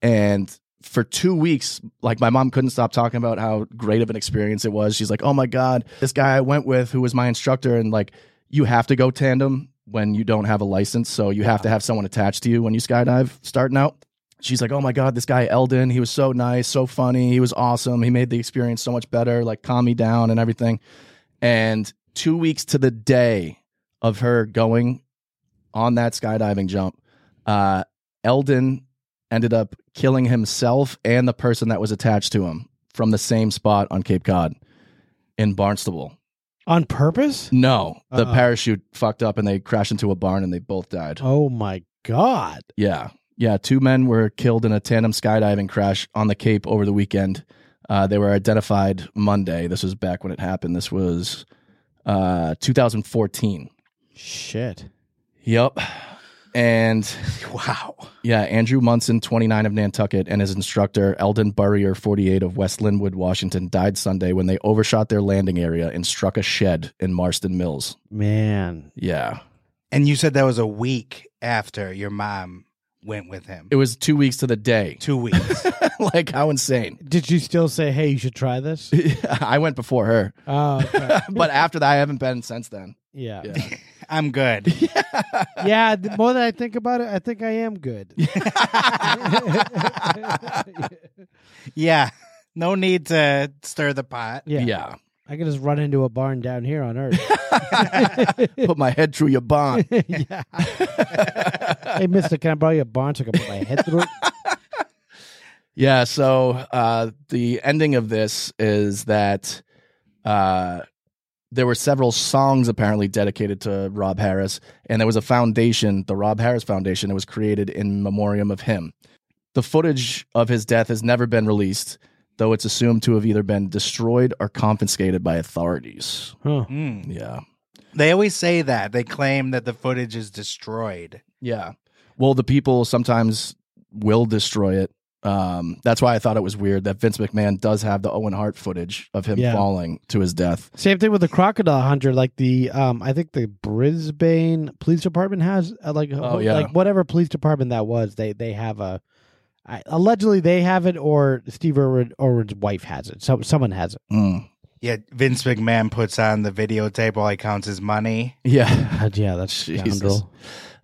and for two weeks, like my mom couldn't stop talking about how great of an experience it was. She's like, "Oh my god, this guy I went with, who was my instructor, and like you have to go tandem when you don't have a license, so you have to have someone attached to you when you skydive starting out." She's like, "Oh my god, this guy Eldon, he was so nice, so funny, he was awesome. He made the experience so much better. Like, calm me down and everything." And two weeks to the day of her going on that skydiving jump, uh, Eldon ended up killing himself and the person that was attached to him from the same spot on Cape Cod in Barnstable. on purpose. No, the Uh-oh. parachute fucked up and they crashed into a barn and they both died. Oh my god! Yeah. Yeah. Two men were killed in a tandem skydiving crash on the Cape over the weekend. Uh, they were identified Monday. This was back when it happened. This was uh, 2014. Shit. Yep. And Wow. yeah, Andrew Munson, 29 of Nantucket, and his instructor, Eldon Burrier, 48 of West Linwood, Washington, died Sunday when they overshot their landing area and struck a shed in Marston Mills. Man, Yeah. And you said that was a week after your mom went with him. It was two weeks to the day. Two weeks. like, how insane. did you still say, "Hey, you should try this"? I went before her. Oh, okay. but after that, I haven't been since then. yeah. Yeah. I'm good. yeah, the more that I think about it, I think I am good. Yeah. No need to stir the pot. Yeah. yeah. I can just run into a barn down here on Earth. Put my head through your bond. yeah. hey, mister, can I borrow your barn so I can put my head through it? Yeah. So uh, the ending of this is that uh, there were several songs apparently dedicated to Rob Harris, and there was a foundation, the Rob Harris Foundation, that was created in memoriam of him. The footage of his death has never been released, though it's assumed to have either been destroyed or confiscated by authorities. Huh. Mm. Yeah. They always say that. They claim that the footage is destroyed. Yeah. Well, the people sometimes will destroy it. Um, that's why I thought it was weird that Vince McMahon does have the Owen Hart footage of him Yeah. falling to his death. Same thing with the crocodile hunter. Like the, um, I think the Brisbane police department has uh, like, Oh, wh- yeah. like whatever police department that was. They they have a, I, allegedly they have it, or Steve Irwin, Irwin's wife has it. So someone has it. Mm. Yeah, Vince McMahon puts on the videotape while he counts his money. Yeah. God, yeah, that's Jesus. scoundrel.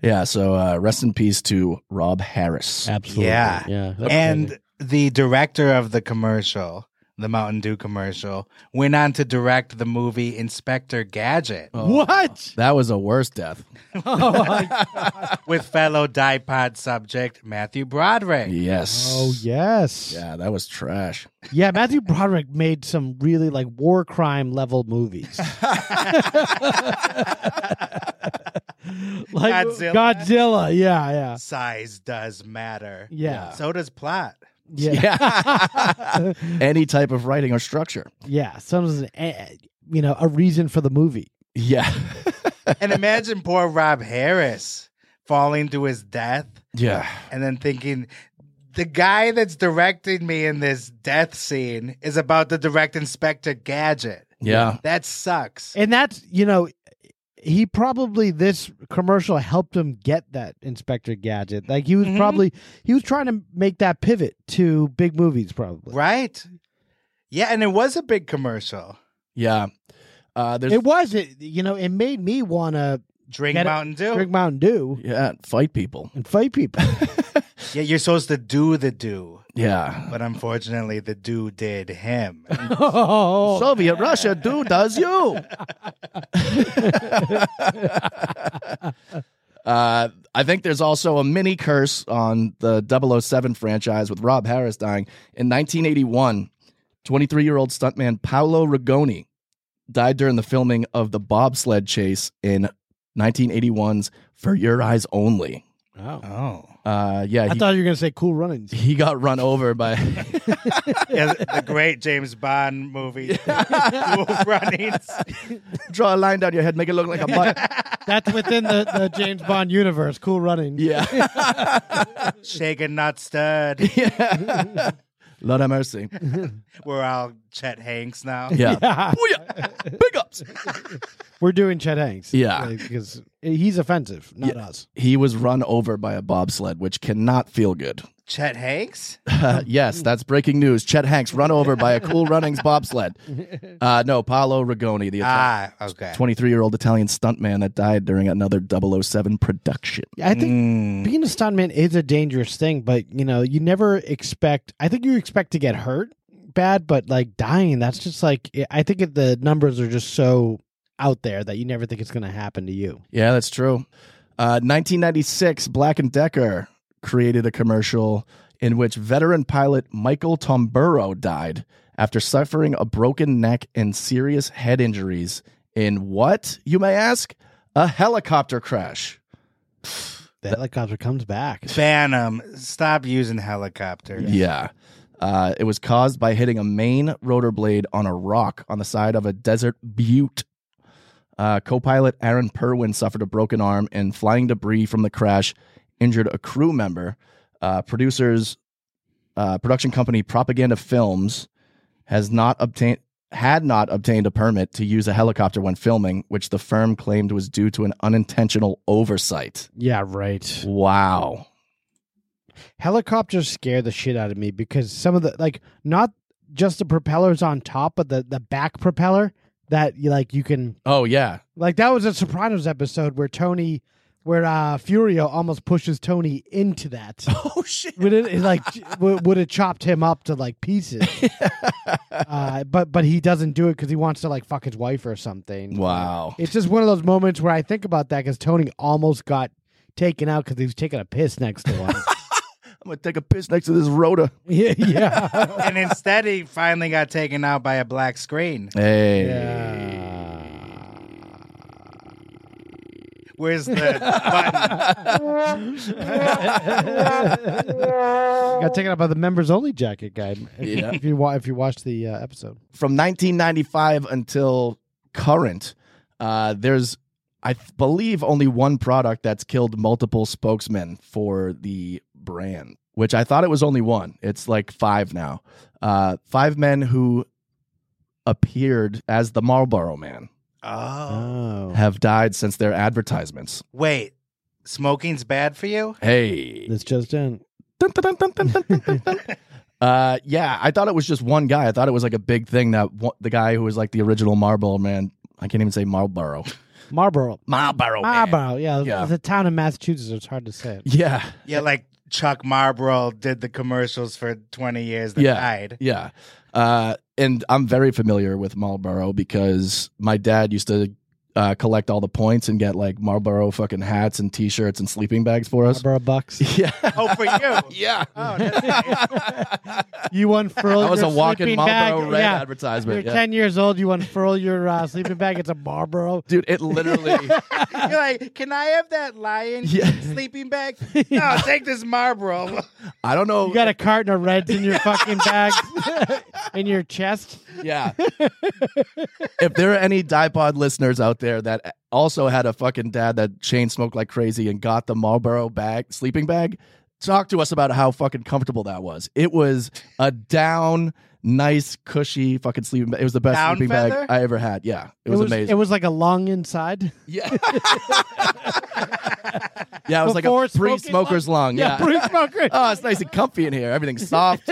Yeah. So uh, rest in peace to Rob Harris. Absolutely. Yeah. yeah. and the director of the commercial, the Mountain Dew commercial, went on to direct the movie Inspector Gadget Oh. what? Oh, That was a worse death. with fellow dipod subject Matthew Broderick. Yes. Oh yes. Yeah. Yeah, that was trash. Matthew Broderick made some really like war crime level movies. like Godzilla. Godzilla. Yeah, yeah. Size does matter. Yeah. So does plot. Yeah. Yeah. Any type of writing or structure. eh, Yeah, some is an, eh, you know, a reason for the movie. Yeah. and imagine poor Rob Harris falling to his death yeah. and then thinking the guy that's directing me in this death scene is about to direct Inspector Gadget. Yeah. That sucks. And that's, you know, he probably this commercial helped him get that Inspector Gadget. Like he was Mhm. probably he was trying to make that pivot to big movies probably. Right? Yeah, and it was a big commercial. Yeah. Uh, there's It was it, you know, it made me want to Drink Get it- Mountain Dew. drink Mountain Dew yeah, fight people. and fight people. yeah, you're supposed to do the do, Yeah. but unfortunately, the do did him. oh. Soviet Russia, do does you. uh, I think there's also a mini curse on the 007 franchise with Rob Harris dying. In 1981, 23 year old stuntman Paolo Rigoni died during the filming of the bobsled chase in 1981's For Your Eyes Only. oh, Uh, yeah, I he, thought you were going to say cool runnings. he got run over by. yeah, the great James Bond movie, Cool Runnings. Draw a line down your head, make it look like a butt. That's within the, the James Bond universe, cool running. Yeah. shaken not stirred. yeah. Lord have mercy. We're all Chet Hanks now. Yeah. Yeah. Booyah! Big ups. We're doing Chet Hanks. Yeah. Because he's offensive, not us. He was run over by a bobsled, which cannot feel good. Chet Hanks? Uh, yes, that's breaking news. Chet Hanks run over by a Cool Runnings bobsled. Uh, no, Paolo Rigoni, the Ah, okay. 23 year old Italian stuntman that died during another 007 production. I think being a stuntman is a dangerous thing, but you know, you never expect. I think you expect to get hurt bad, but like dying, that's just like I think it, the numbers are just so out there that you never think it's going to happen to you. Yeah, that's true. Uh, 1996, Black and Decker created a commercial in which veteran pilot Michael Tomburo died after suffering a broken neck and serious head injuries in what, you may ask, a helicopter crash. The helicopter comes back. Ban him. Stop using helicopter. Yeah. Uh, it was caused by hitting a main rotor blade on a rock on the side of a desert butte. Uh, Co pilot Aaron Perwin suffered a broken arm, and flying debris from the crash injured a crew member. Uh, producers, uh, production company Propaganda Films has not obtained. Had not obtained a permit to use a helicopter when filming, which the firm claimed was due to an unintentional oversight. Yeah, right. Wow. Helicopters scare the shit out of me because some of the like not just the propellers on top, but the the back propeller that you like you can Oh, yeah. Like that was a Sopranos episode where Tony, where uh Furio almost pushes Tony into that. Oh, shit. would it, it, like w- would have chopped him up to like pieces? uh, but but he doesn't do it because he wants to like fuck his wife or something. Wow. It's just one of those moments where I think about that because Tony almost got taken out because he was taking a piss next to one. I'm gonna take a piss next to this rotor. yeah, yeah. And instead, he finally got taken out by a black screen. Hey, Where's the button? got taken out by the members only jacket guy. If, Yeah. if you wa- if you watch the uh, episode. from 1995 until current, uh, there's, I th- believe, only one product that's killed multiple spokesmen for the brand. Which I thought it was only one. It's like five now. Uh, five men who appeared as the Marlboro Man Ah. Oh. Oh. have died since their advertisements. Wait. Smoking's bad for you? Hey, That's just in. Dun, dun, dun, dun, dun, dun, dun, dun. Uh, yeah, I thought it was just one guy. I thought it was like a big thing that one, the guy who was like the original Marlboro man. I can't even say Marlboro. Marlboro. Marlboro. Marlboro. Yeah, Oh, Yeah. It's a town in Massachusetts. It's hard to say it. Yeah, Yeah, like Chuck Marlboro did the commercials for 20 years that Yeah. died. yeah. Uh, and I'm very familiar with Marlboro because my dad used to uh, collect all the points and get like Marlboro fucking hats and T-shirts and sleeping bags for us. Marlboro Bucks. Yeah, Oh, for you. yeah. Oh, that's nice. You unfurl. That was your a walking sleeping Marlboro bag. Red yeah. You're advertisement. yeah. ten years old. You unfurl your uh, sleeping bag. It's a Marlboro. Dude, it literally. You're like, can I have that lion Yeah. sleeping bag? No, take this Marlboro. I don't know. You got a carton of Reds in your fucking bag, in your chest. Yeah. if there are any dipod listeners out there that also had a fucking dad that chain smoked like crazy and got the Marlboro bag, sleeping bag, talk to us about how fucking comfortable that was. It was a down, nice, cushy fucking sleeping bag. It was the best Down sleeping feather? bag I ever had. Yeah. It was, amazing. It was like a lung inside. yeah. yeah, it was Before like a pre smoking smoker's lung. Yeah. Bruce Smoker. Oh, it's nice and comfy in here. Everything's soft.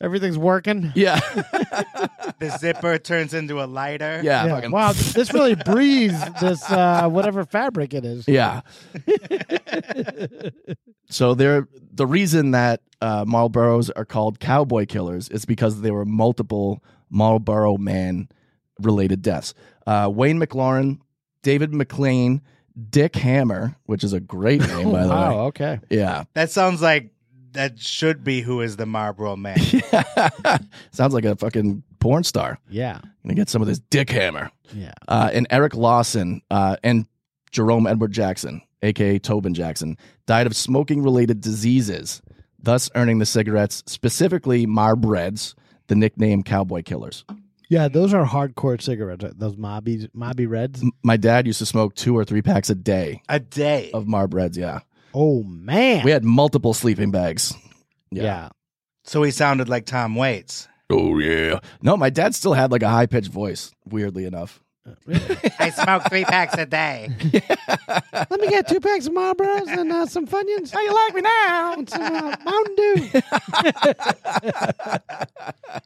Everything's working. Yeah. The zipper turns into a lighter. Yeah. Yeah. fucking- Wow, this really breathes this uh, whatever fabric it is. Yeah. so there, the reason that uh, Marlboros are called cowboy killers is because there were multiple Marlboro man related deaths. Uh, Wayne McLaurin, David McLean, Dick Hammer, which is a great name by the wow, way. okay. Yeah. That sounds like that should be who is the Marlboro man. Sounds like a fucking porn star. Yeah. Gonna get some of this Dick Hammer. Yeah. uh, and Eric Lawson uh, and Jerome Edward Jackson, aka Tobin Jackson, died of smoking related diseases, thus earning the cigarettes, specifically Marbreds, the nickname Cowboy Killers. Yeah, those are hardcore cigarettes. right? Those Mobby Mobby Reds. M- My dad used to smoke two or three packs a day a day. of Marbreds, yeah. Oh man. We had multiple sleeping bags. yeah. So he sounded like Tom Waits. Oh, yeah. No, my dad still had like a high pitched voice, weirdly enough. I smoke three packs a day. Let me get two packs of Marlboros and uh, some Funyuns. How you like me now? And some uh, Mountain Dew.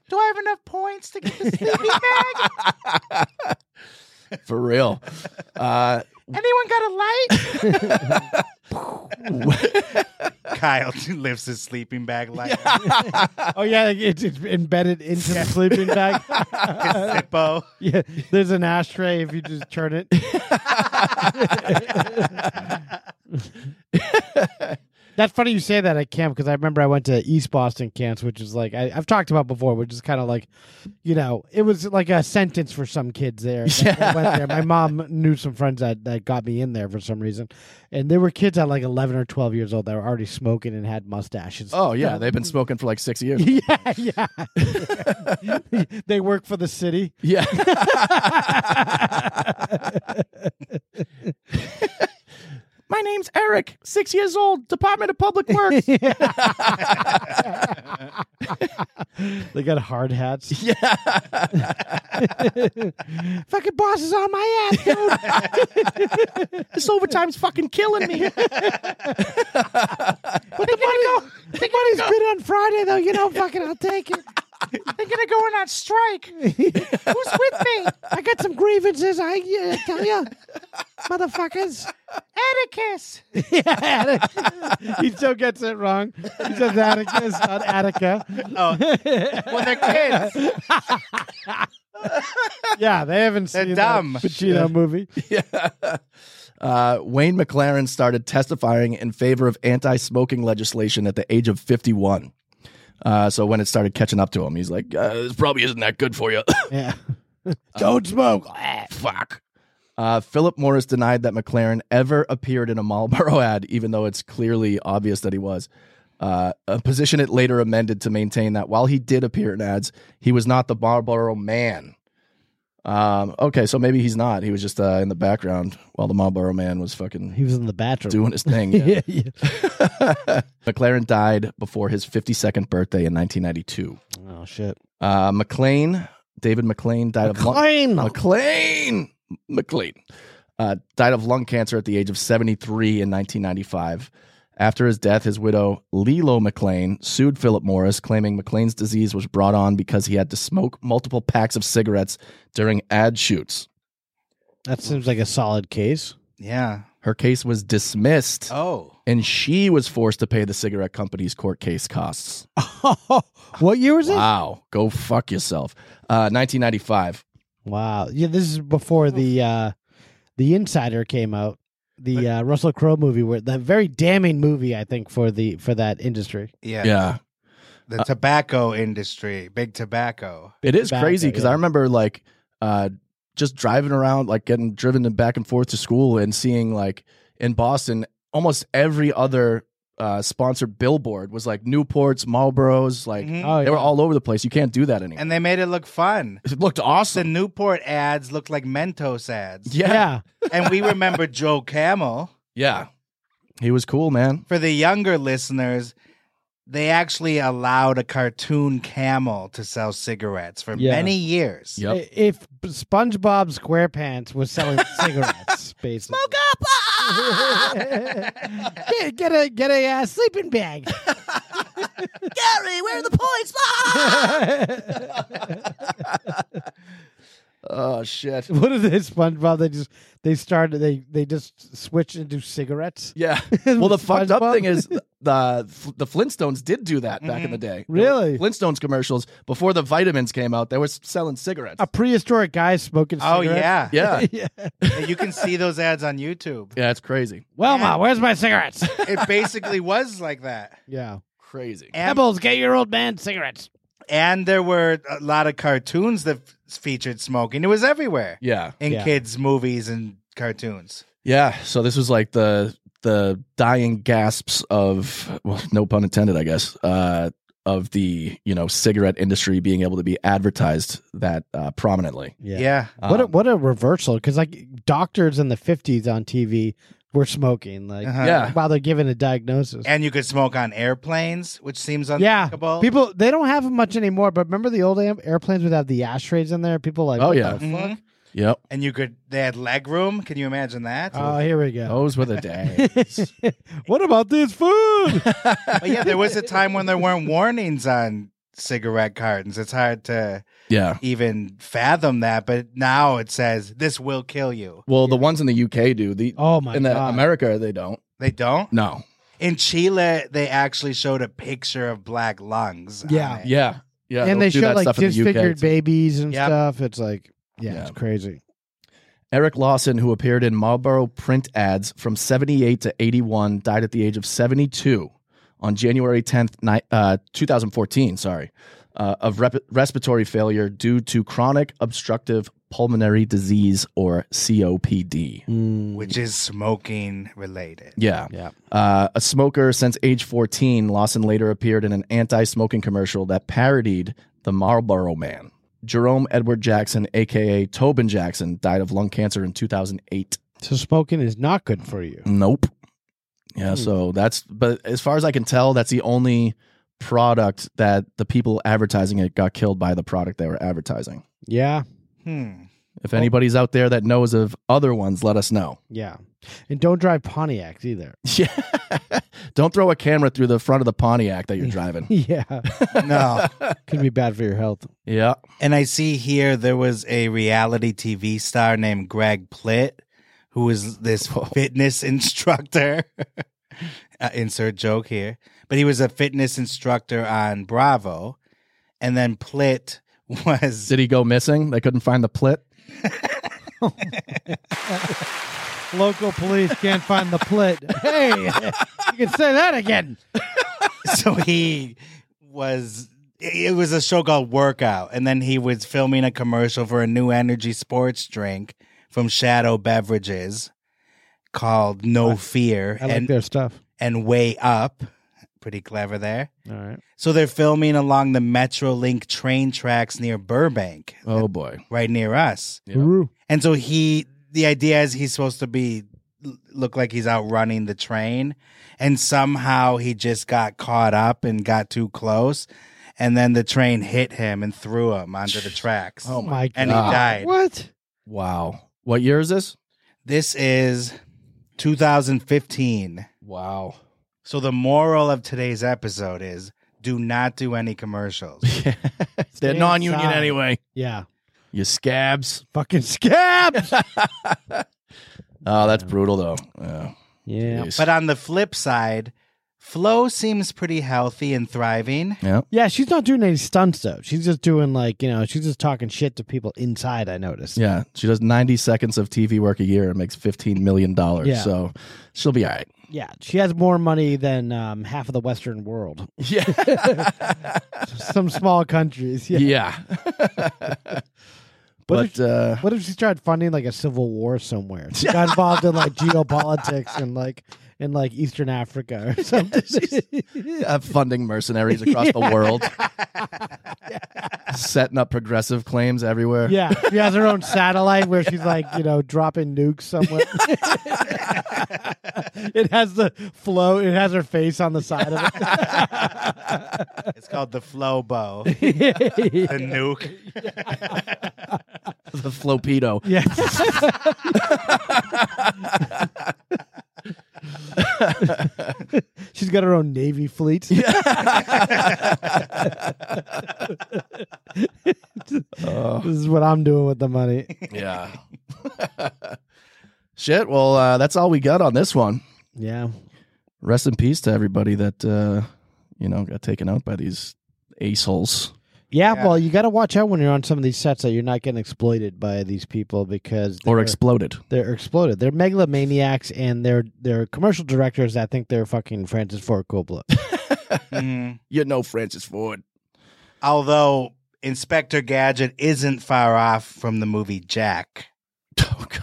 Do I have enough points to get the sleeping bag? For real. Uh, Anyone got a light? Kyle lifts his sleeping bag light. Oh yeah, like, it's, it's embedded into the sleeping bag. Zippo. yeah, there's an ashtray if you just turn it. That's funny you say that at camp because I remember I went to East Boston camps, which is like I, I've talked about before, which is kind of like, you know, it was like a sentence for some kids there. that went there. My mom knew some friends that, that got me in there for some reason, and there were kids at like eleven or twelve years old that were already smoking and had mustaches. oh, yeah. They've been smoking for like six years. Yeah, yeah. they work for the city. Yeah. My name's Eric, six years old, Department of Public Works. They got hard hats. yeah. Fucking boss is on my ass, dude. This overtime's fucking killing me. But the money, the money's good on Friday, though. You know, fucking, I'll take it. They're gonna go on strike. Who's with me? I got some grievances. I uh, tell you, motherfuckers. Atticus. yeah, Atticus. he still gets it wrong. He says Atticus, not Attica. Oh, well, they're kids. Yeah, they haven't They're seen dumb. that Pacino movie. Uh, Wayne McLaren started testifying in favor of anti smoking legislation at the age of 51. Uh, so when it started catching up to him, he's like, uh, this probably isn't that good for you. Yeah. Don't smoke. fuck. Uh, Philip Morris denied that McLaren ever appeared in a Marlboro ad, even though it's clearly obvious that he was. Uh, a position it later amended to maintain that while he did appear in ads, he was not the Marlboro man. Um, okay, so maybe he's not. He was just uh, in the background while the Marlboro man was fucking He was in the bathroom. doing his thing. yeah, yeah. McLaren died before his 52nd birthday in 1992. Oh shit. Uh, McLean, David McLean died of lung- McLean. McLean. McLean. Uh, died of lung cancer at the age of 73 in 1995. After his death, his widow, Lilo McLean, sued Philip Morris, claiming McLean's disease was brought on because he had to smoke multiple packs of cigarettes during ad shoots. That seems like a solid case. Yeah. Her case was dismissed, Oh. and she was forced to pay the cigarette company's court case costs. what year was Wow. Go fuck yourself. Uh, 1995. it? Wow. Yeah, this is Oh. before the uh the Insider came out. The uh, Russell Crowe movie, where that very damning movie, I think for the for that industry. Yeah. yeah. The tobacco industry, big tobacco. It is Back crazy there, because yeah. I remember like uh, just driving around, like getting driven and back and forth to school and seeing like in Boston almost every other uh, sponsored billboard was like Newports, Marlboros, like Mhm. Oh, Mm-hmm. they were yeah. all over the place. You can't do that anymore. and they made it look fun. it looked The awesome. Newport ads looked like Mentos ads. yeah. yeah, yeah. and we remember Joe Camel. he was cool, man. For the younger listeners, they actually allowed a cartoon camel to sell cigarettes for Yeah. many years. Yep. I- If SpongeBob SquarePants was selling cigarettes, basically. Smoke up! get, get a get a uh, sleeping bag. Gary, where are the points? Oh shit. what is this SpongeBob? They just they started they they just switched into cigarettes. Yeah. Well, the fucked up SpongeBob? Mm-hmm. thing is the the Flintstones did do that back in the day. There were Really? Flintstones commercials before the vitamins came out, they were selling cigarettes. A prehistoric guy smoking. Oh cigarettes. yeah. yeah. yeah. you can see those ads on YouTube. Yeah, it's crazy. Wilma, where's my cigarettes? It basically was like that. yeah. Crazy. And, Pebbles, get your old man cigarettes. and there were a lot of cartoons that f- featured smoking. It was everywhere Yeah. in Yeah. kids' movies and cartoons. Yeah. So this was like the the dying gasps of well, no pun intended, I guess, uh, of the you know cigarette industry being able to be advertised that uh, prominently. Yeah. What a, Um, what a reversal! Because like doctors in the fifties on TV were smoking, like Uh-huh. Yeah. while they're giving a diagnosis. And you could smoke on airplanes, which seems yeah, unthinkable. people they don't have 'em much anymore. But remember the old am- airplanes would have the ashtrays in there. People like, Oh, what yeah. the fuck? Mhm. Yep. And you could they had leg room. Can you imagine that? Oh, here we go. Those were the days. what about this food? But yeah, there was a time when there weren't warnings on cigarette cartons. It's hard to yeah. even fathom that, but now it says this will kill you. Well, the ones in the UK do the oh my in the god! America they don't. They don't. No. In Chile, they actually showed a picture of black lungs. on Yeah. it. Yeah. Yeah. and they'll they do show that like stuff in the UK, disfigured too. babies and Yep. stuff. It's like, yeah, Yeah. it's crazy. Eric Lawson, who appeared in Marlboro print ads from 78 to 81, died at the age of 72 on January 10th, ni- uh, 2014, sorry, uh, of rep- respiratory failure due to chronic obstructive pulmonary disease or COPD. Which is smoking related. Yeah. Yeah. Uh, a smoker since age 14, Lawson later appeared in an anti smoking commercial that parodied the Marlboro Man. Jerome Edward Jackson, aka Tobin Jackson, died of lung cancer in 2008. So smoking is not good for you. Nope. Yeah, so that's but as far as I can tell, that's the only product that the people advertising it got killed by the product they were advertising. Yeah. Hmm. If anybody's out there that knows of other ones, let us know. Yeah. And don't drive Pontiacs either. Yeah. Don't throw a camera through the front of the Pontiac that you're driving. yeah. No. Could be bad for your health. yeah. And I see here there was a reality TV star named Greg Plitt, who was this fitness instructor. uh, insert joke here. But he was a fitness instructor on Bravo. And then Plitt was. Did he go missing? They couldn't find the plit. Local police can't find the plit. Hey, you can say that again. so he was. It was a show called Workout. And then he was filming a commercial for a new energy sports drink from Shadow Beverages called No Fear. I like and their stuff. and Way Up. Pretty clever there. All right. So they're filming along the Metrolink train tracks near Burbank, Oh boy. right near us. Yeah. Ooh. And so he, the idea is he's supposed to be look like he's out running the train, and somehow he just got caught up and got too close, and then the train hit him and threw him onto the tracks. Oh my god. And he died. What? Wow. What year is this? This is 2015. Wow. So the moral of today's episode is do not do any commercials. They're Stay non union inside. anyway. Yeah. You scabs. Fucking scabs. Oh, that's brutal though. Yeah. yeah. Jeez. But on the flip side, Flo seems pretty healthy and thriving. yeah. Yeah, she's not doing any stunts though. She's just doing like, you know, she's just talking shit to people inside, I noticed. Yeah, she does 90 seconds of TV work a year and makes 15 million dollars. Yeah. So she'll be all right. Yeah, she has more money than um, half of the Western world. Yeah. Some small countries. Yeah. yeah. What but uh What if she started funding like a civil war somewhere? She got involved in like geopolitics and like in like Eastern Africa or something. Uh, funding mercenaries across the world, setting up progressive claims everywhere. yeah, she has her own satellite where she's like, you know, dropping nukes somewhere. it has the flow. It has her face on the side of it. It's called the flow bow. the nuke. the flopedo. Yeah. She's got her own navy fleet. this is what I'm doing with the money. Yeah. Shit. Well, uh, that's all we got on this one. Yeah. Rest in peace to everybody that uh, you know got taken out by these assholes. Yeah, Yeah. well, you got to watch out when you're on some of these sets that you're not getting exploited by these people because Or they're- exploded. they're exploded. They're megalomaniacs and they're they're commercial directors that think they're fucking Francis Ford Coppola. Mhm. You know Francis Ford. Although Inspector Gadget isn't far off from the movie Jack. Oh God.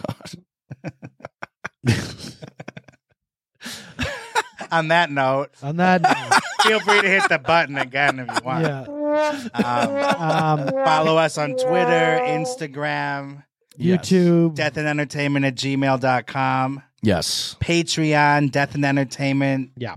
On that note, On that, feel free to hit the button again if you want. yeah. Um, Um, follow us on Twitter, Instagram, Yes. YouTube. death and entertainment at gmail.com, Yes. Patreon, death and entertainment. Yeah.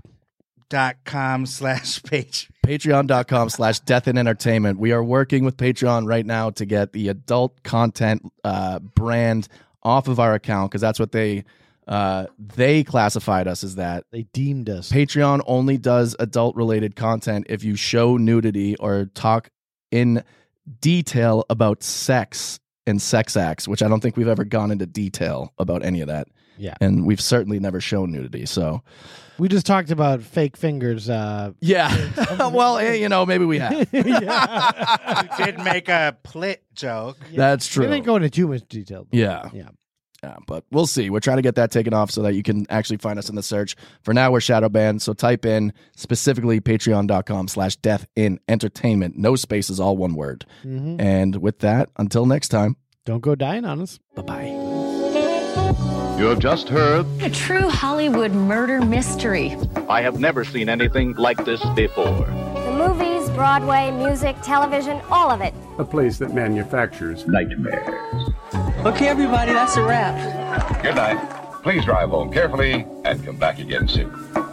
Dot com slash page. Patreon.com slash death and entertainment. We are working with Patreon right now to get the adult content uh, brand off of our account because that's what they uh, they classified us as that. They deemed us. Patreon only does adult related content if you show nudity or talk in detail about sex and sex acts, which I don't think we've ever gone into detail about any of that. Yeah. And we've certainly never shown nudity. So, We just talked about fake fingers. Uh, yeah. well, eh, you know, maybe we have. You did make a plit joke. That's we true. didn't go into too much detail. yeah. Yeah. Yeah, but we'll see. We're trying to get that taken off so that you can actually find us in the search. For now, we're shadow banned. So type in specifically patreon.com slash death in entertainment. No spaces, all one word. Mhm. And with that, until next time, Don't go dying on us. bye bye. You have just heard A true Hollywood murder mystery. I have never seen anything like this before. The movies, Broadway, music, television, all of it. A place that manufactures Nightmares. Okay, everybody, that's a wrap. Good night. Please drive home carefully and come back again soon.